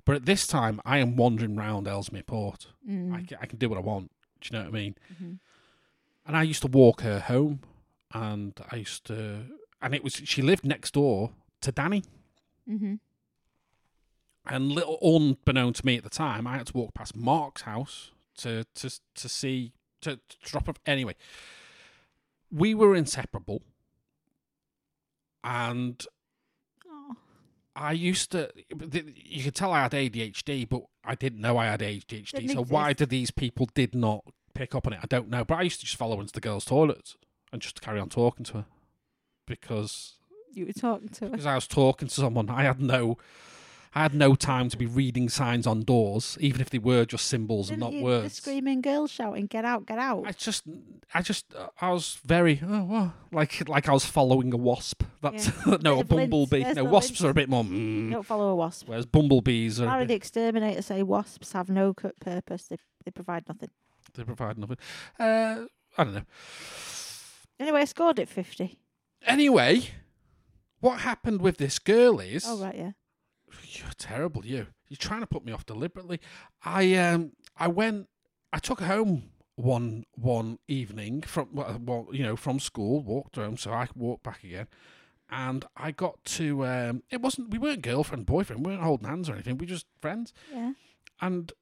but at this time I am wandering round Ellesmere Port. I Mm. ca- I can do what I want. Do you know what I mean? Mhm. And I used to walk her home, and I used to, and it was she lived next door to Danny, Mm-hmm. and little unbeknown to me at the time, I had to walk past Mark's house to to to see to, to drop off. Anyway, we were inseparable, and Oh, I used to. You could tell I had ADHD, but I didn't know I had ADHD. Didn't so why exist. did these people did not pick up on it? I don't know. But I used to just follow her into the girls' toilets and just carry on talking to her because you were talking to her. because I was talking to someone. I had no. I had no time to be reading signs on doors, even if they were just symbols Didn't and not you- The words. screaming girl shouting, "Get out! Get out!" I just, I just, I was very, oh, well, like, like I was following a wasp. That's no, a Bit of lint. bumblebee. There's No, the wasps lint. are a bit more. Mm, Don't follow a wasp. Whereas bumblebees are a Harry bit- the exterminator say wasps have no cu- purpose. They they provide nothing. They provide nothing. Uh, I don't know. Anyway, I scored it fifty. Anyway, what happened with this girl is Oh right, yeah. you're terrible. You you're trying to put me off deliberately. I um I went I took her home one one evening from well, well you know from school walked home so I walked back again. And I got to um, it wasn't we weren't girlfriend boyfriend we weren't holding hands or anything we were just friends Yeah. and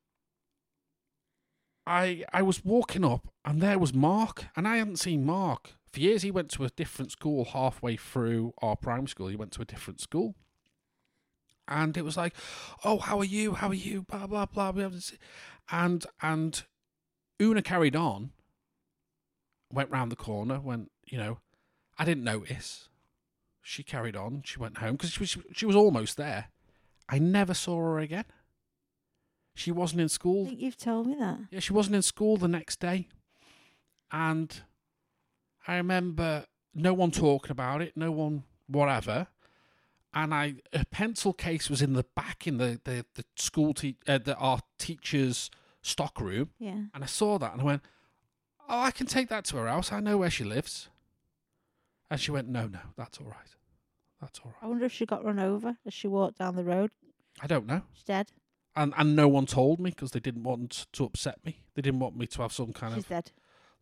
I I was walking up and there was Mark and I hadn't seen Mark for years. He went to a different school halfway through our primary school. He went to a different school, and it was like, "Oh, how are you? How are you?" Blah blah blah. We haven't seen. And and Una carried on. Went round the corner. Went you know, I didn't notice. She carried on. She went home because she was she was almost there. I never saw her again. She wasn't in I school think you've told me that. yeah, she wasn't in school the next day. And I remember no one talking about it, no one whatever. And I a pencil case was in the back in the the, the school te- uh, the, our teacher's stockroom, Yeah. and I saw that and I went, "Oh, I can take that to her house. I know where she lives." And she went, "No, no, that's all right. That's all right. I wonder if she got run over as she walked down the road. I don't know." She's dead. And and no one told me because they didn't want to upset me. They didn't want me to have some kind she's of dead.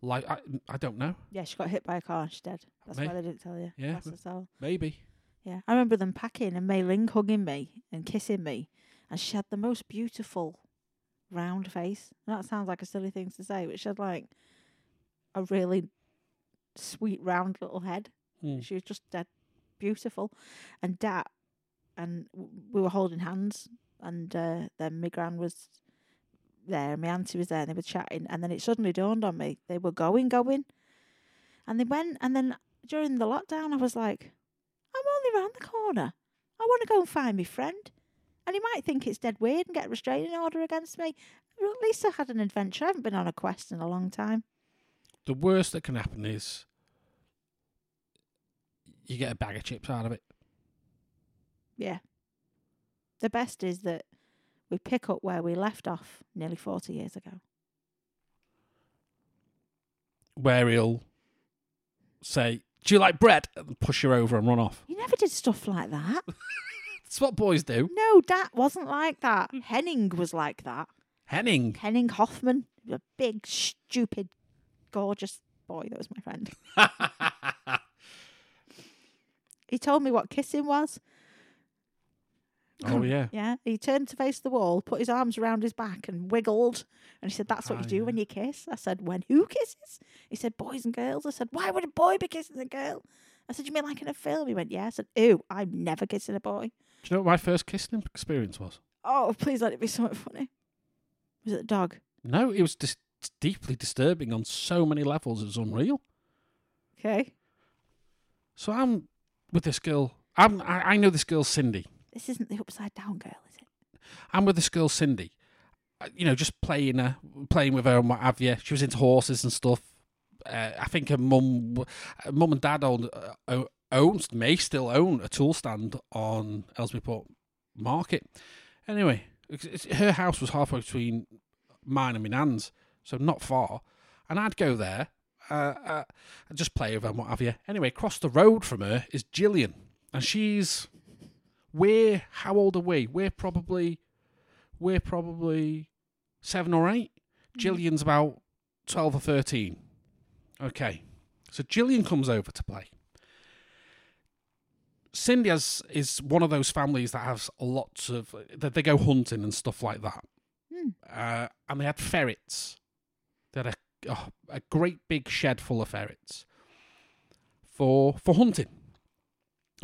like I I don't know. Yeah, she got hit by a car and she's dead. That's May- why they didn't tell you. Yeah, Bless but- her soul. Maybe. Yeah. I remember them packing and Mei Ling hugging me and kissing me. And she had the most beautiful round face. And that sounds like a silly thing to say, but she had like a really sweet round little head. Mm. She was just dead beautiful. And dad and w- we were holding hands and uh, then my gran was there and my auntie was there and they were chatting and then it suddenly dawned on me they were going, going. And they went and then during the lockdown I was like, I'm only round the corner. I want to go and find my friend. And he might think it's dead weird and get a restraining order against me. Well, at least I had an adventure. I haven't been on a quest in a long time. The worst that can happen is you get a bag of chips out of it. Yeah. The best is that we pick up where we left off nearly 40 years ago. Where he'll say, Do you like bread? and push you over and run off. You never did stuff like that. That's what boys do. No, that wasn't like that. Henning was like that. Henning. Henning Hoffman, a big, stupid, gorgeous boy that was my friend. He told me what kissing was. Oh yeah. Yeah. He turned to face the wall, put his arms around his back, and wiggled. And he said, "That's what Ah, you do yeah. when you kiss." I said, "When who kisses?" He said, "Boys and girls." I said, "Why would a boy be kissing a girl?" I said, "You mean like in a film?" He went, "Yeah." I said, "Ooh, I'm never kissing a boy." Do you know what my first kissing experience was? Oh, please let it be something funny. Was it the dog? No, it was dis- deeply disturbing on so many levels. It was unreal. Okay. So I'm with this girl. I'm, I, I know this girl, Cindy. This isn't the upside down girl, is it? I'm with this girl, Cindy. Uh, You know, just playing her, playing with her and what have you. She was into horses and stuff. Uh, I think her mum, w- her mum and dad owned, uh, o- owns, may still own a tool stand on Elsbyport Market. Anyway, it's, it's- her house was halfway between mine and my nan's, so not far. And I'd go there, uh, uh, and just play with her and what have you. Anyway, across the road from her is Gillian, and she's we're how old are we? We're probably we're probably seven or eight. Gillian's about twelve or thirteen. Okay. So Gillian comes over to play. Cindy has, is one of those families that has lots of that they go hunting and stuff like that. Hmm. Uh, and they had ferrets. They had a, oh, a great big shed full of ferrets for for hunting,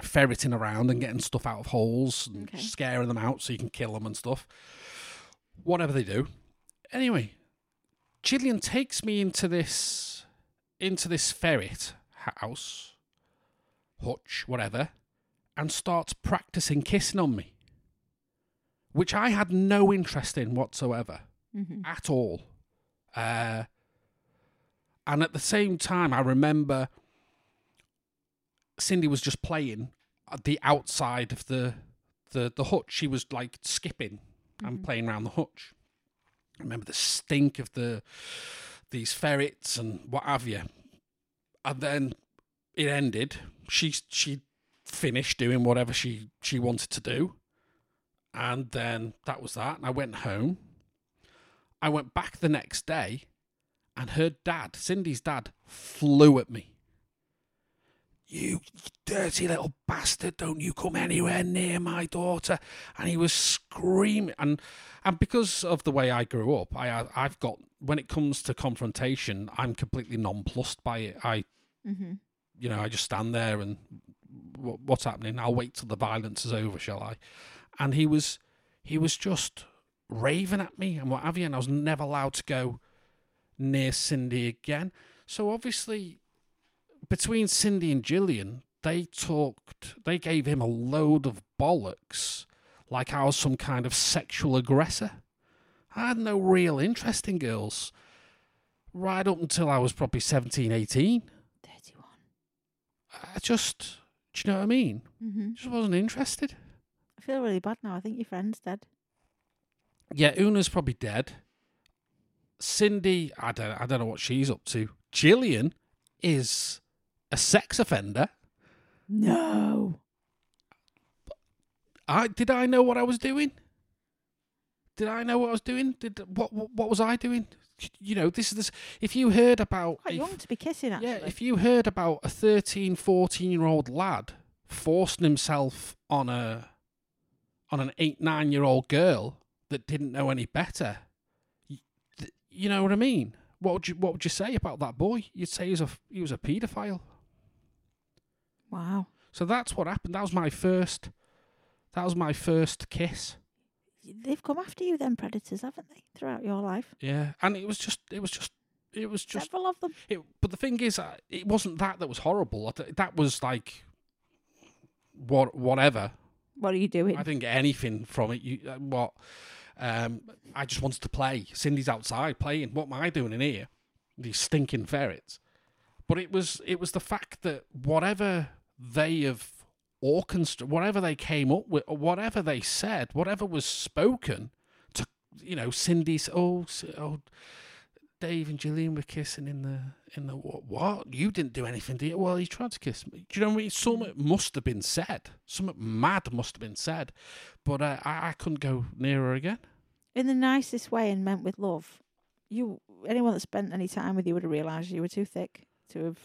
ferreting around and getting stuff out of holes and Okay. scaring them out so you can kill them and stuff. Whatever they do. Anyway, Gillian takes me into this into this ferret house, hutch, whatever, and starts practicing kissing on me, which I had no interest in whatsoever Mm-hmm. at all. Uh, and at the same time, I remember Cindy was just playing at the outside of the the, the hutch. She was like skipping and playing around the hutch. I remember the stink of the these ferrets and what have you. And then it ended. She she finished doing whatever she she wanted to do, and then that was that. And I went home. I went back the next day, and her dad, Cindy's dad, flew at me. You dirty little bastard! Don't you come anywhere near my daughter! And he was screaming, and and because of the way I grew up, I I've got when it comes to confrontation, I'm completely nonplussed by it. I Mm-hmm. you know, I just stand there and what, what's happening? I'll wait till the violence is over, shall I? And he was, he was just raving at me and what have you, and I was never allowed to go near Cindy again. So obviously, between Cindy and Gillian, they talked, they gave him a load of bollocks, like I was some kind of sexual aggressor. I had no real interest in girls, right up until I was probably 17, 18. 31. I just, do you know what I mean? Mm-hmm. Just wasn't interested. I feel really bad now. I think your friend's dead. Yeah, Una's probably dead. Cindy, I don't, I don't know what she's up to. Gillian is a sex offender. No. I did I know what I was doing? Did I know what I was doing? Did what what, what was I doing? You know, this is this. If you heard about Quite a young to be kissing, actually. Yeah, if you heard about a 13, 14 year old lad forcing himself on a on an 8, 9 year old girl that didn't know any better, you, th- you know what I mean? What would you what would you say about that boy? You'd say he was a he was a pedophile. Wow. So that's what happened. That was my first that was my first kiss. They've come after you, then, predators, haven't they, throughout your life? Yeah, and it was just it was just it was just Several of them. It, but the thing is, uh, it wasn't that that was horrible. I th- That was like, what, whatever. What are you doing? I didn't get anything from it. You, uh, what? Um, I just wanted to play. Cindy's outside playing. What am I doing in here? These stinking ferrets. But it was it was the fact that whatever they have orchestrated, whatever they came up with, or whatever they said, whatever was spoken to, you know, Cindy's. Oh, S- oh, Dave and Gillian were kissing in the in the what? What? You didn't do anything, did you? Well, he tried to kiss me. Do you know what I mean? Something must have been said. Something mad must have been said, but uh, I I couldn't go near her again. in the nicest way and meant with love. You, anyone that spent any time with you would have realised you were too thick to have,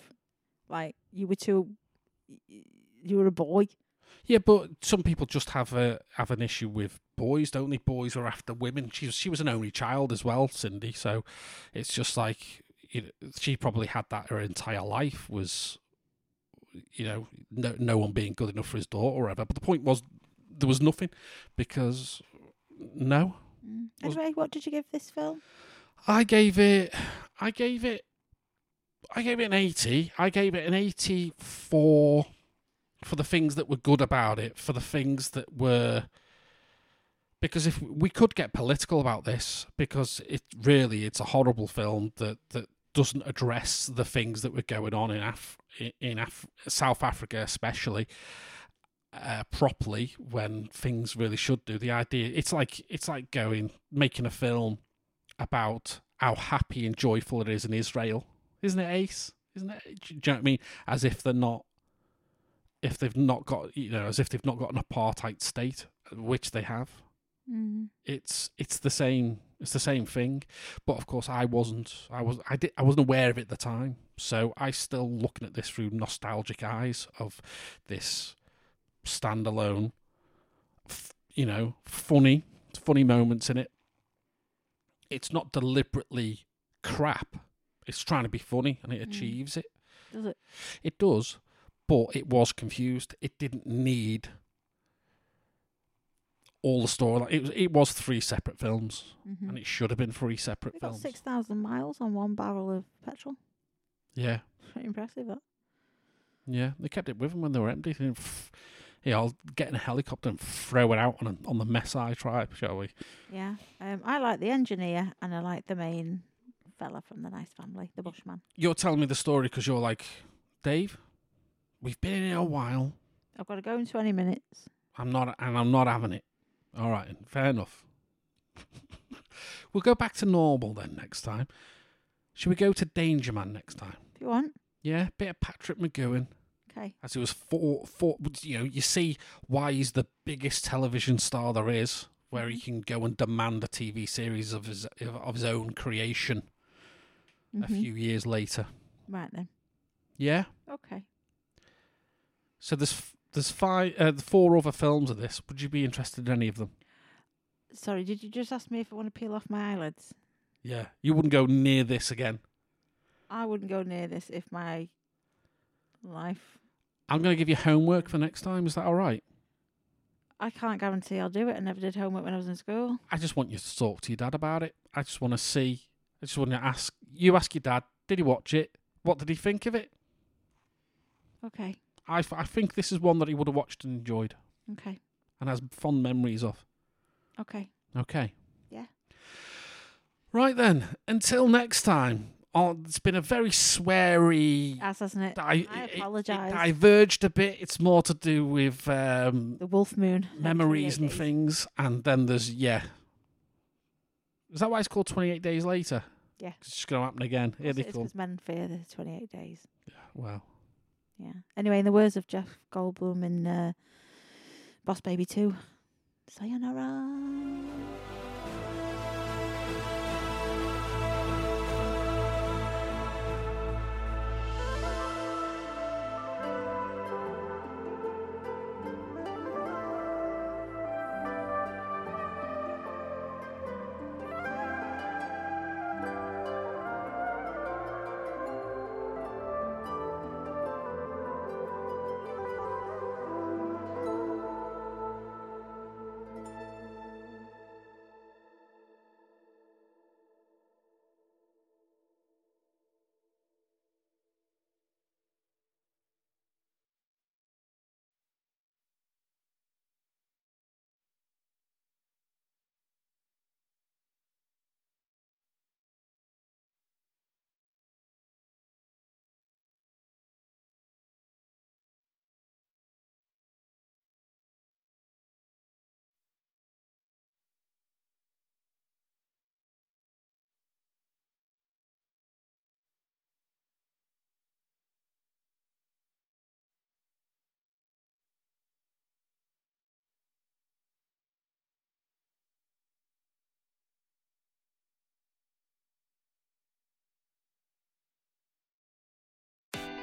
like, you were too. you were a boy. Yeah, but some people just have a have an issue with boys, don't they? Boys are after women. She was- she was an only child as well, Cindy. So it's just like you know, she probably had that her entire life was, you know, no no one being good enough for his daughter or whatever. But the point was there was nothing because no, Mm. Was- Anyway, what did you give this film? I gave it. I gave it. I gave it an eighty. I gave it an eighty-four for the things that were good about it. For the things that were, because if we could get political about this, because it really it's a horrible film that that doesn't address the things that were going on in Af- in Af- South Africa, especially uh, properly when things really should do. The idea it's like it's like going making a film about how happy and joyful it is in Israel, isn't it, Ace? Isn't it? Do you know what I mean? As if they're not, if they've not got, you know, as if they've not got an apartheid state, which they have. Mm. It's it's the same it's the same thing, but of course I wasn't I was I did I wasn't aware of it at the time, so I still looking at this through nostalgic eyes of this standalone, f- you know, funny, funny moments in it. It's not deliberately crap. It's trying to be funny and it Mm. achieves it. Does it? It does, but it was confused. It didn't need all the story. It was it was three separate films, Mm-hmm. and it should have been three separate We got films. six thousand miles on one barrel of petrol. Yeah, Pretty impressive. That. yeah. They kept it with them when they were empty. They didn't f- yeah, I'll get in a helicopter and throw it out on a, on the Messai tribe, shall we? Yeah. Um, I like the engineer and I like the main fella from the nice family, the bushman. You're telling me the story because you're like, Dave, we've been in here a while. I've got to go in twenty minutes. I'm not, and I'm not having it. All right, fair enough. we'll go back to normal then next time. Should we go to Danger Man next time? If you want. Yeah, bit of Patrick McGowan Okay. as he was four, four. You know, you see why he's the biggest television star there is, where he can go and demand a TV series of his of his own creation a Mhm. few years later. Right then. Yeah. Okay. So there's f- there's five, uh, four other films of this. Would you be interested in any of them? Sorry, did you just ask me if I want to peel off my eyelids? Yeah, you wouldn't go near this again. I wouldn't go near this if my life. I'm going to give you homework for next time. Is that all right? I can't guarantee I'll do it. I never did homework when I was in school. I just want you to talk to your dad about it. I just want to see. I just want to ask. You ask your dad, did he watch it? What did he think of it? Okay. I, f- I think this is one that he would have watched and enjoyed Okay. and has fond memories of. Okay. Okay. Yeah. Right then. Until next time. Oh, it's been a very sweary. As hasn't it? I, Uh, I it- it apologise. diverged a bit. It's more to do with um, The wolf moon. memories 28 and days. things, and then there's yeah. Is that why it's called Twenty Eight Days Later? Yeah. 'Cause it's just gonna happen again. Here they It's come. because men fear the 28 days. Wow. Yeah. Anyway, in the words of Jeff Goldblum in uh, Boss Baby 2, sayonara.